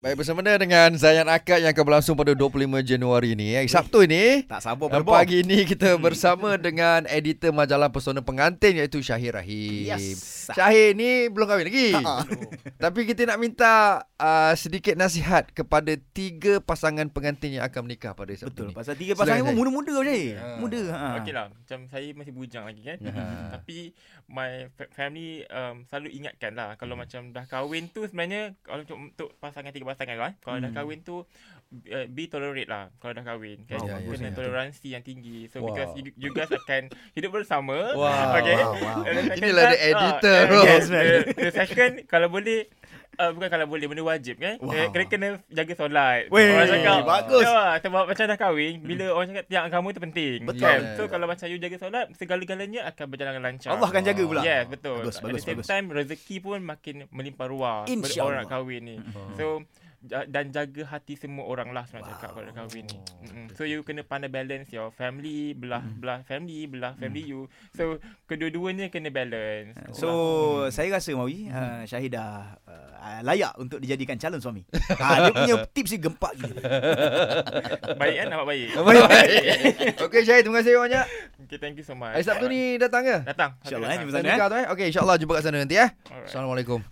Baik bersama anda dengan Zayan Akad yang akan berlangsung pada 25 Januari ini. Eh, Sabtu ini Tak sabar eh, pada bom. pagi ini kita Hmm. bersama dengan editor majalah Pesona Pengantin iaitu Syahir Rahim. Yes. Syahir ni belum kahwin lagi. Tapi kita nak minta uh, sedikit nasihat kepada tiga pasangan pengantin yang akan menikah pada Sabtu Betul. ini. Pasal tiga Silakan, pasangan pun Syahid. muda-muda macam ni. Ha. Muda. Ha. Okey lah Macam saya masih bujang lagi kan Ha. Tapi My fa- family um, Selalu ingatkan lah Kalau Hmm. macam Dah kahwin tu sebenarnya Kalau untuk, untuk pasangan Tiga pasangan lah Kalau dah Hmm. kahwin tu uh, Be tolerate lah Kalau dah kahwin kan? Oh, Kena bagusnya. toleransi yang tinggi So Wow. because you, you guys akan Hidup bersama Wow. Okay Wow, wow. And the second Inilah part, the editor, ah, bro. Yes man the, the second Kalau boleh Uh, bukan kalau boleh benda wajib kan Wow. wow. kena kena jaga solat Weh, orang cakap bagus. Hmm. ya, sebab macam dah kahwin bila orang cakap tiang agama tu penting Betul. kan? Yeah. so kalau macam you jaga solat segala-galanya akan berjalan dengan lancar Allah akan jaga pula. Yes, betul. Bagus, At bagus, the same bagus. time, rezeki pun makin melimpah ruah. Insya Allah. Orang Hmm. kahwin ni. So, ja- dan jaga hati semua orang lah sebenarnya wow. cakap kalau kahwin ni. Mm-mm. So, you kena pandai balance your family, belah belah family, belah family you. So, kedua-duanya kena balance. So saya rasa Mawi uh, Syahid dah uh, layak untuk dijadikan calon suami. ha, dia punya tips dia gempak gila. baik kan? Nampak baik. Baik. Okey Syahir terima kasih banyak. Okay, thank you so much. Hari Sabtu ni datang ke? Datang. InsyaAllah, eh, Datang. Ustaz, Datang nikah tu eh. Okey insya-Allah jumpa kat sana nanti eh. Alright. Assalamualaikum.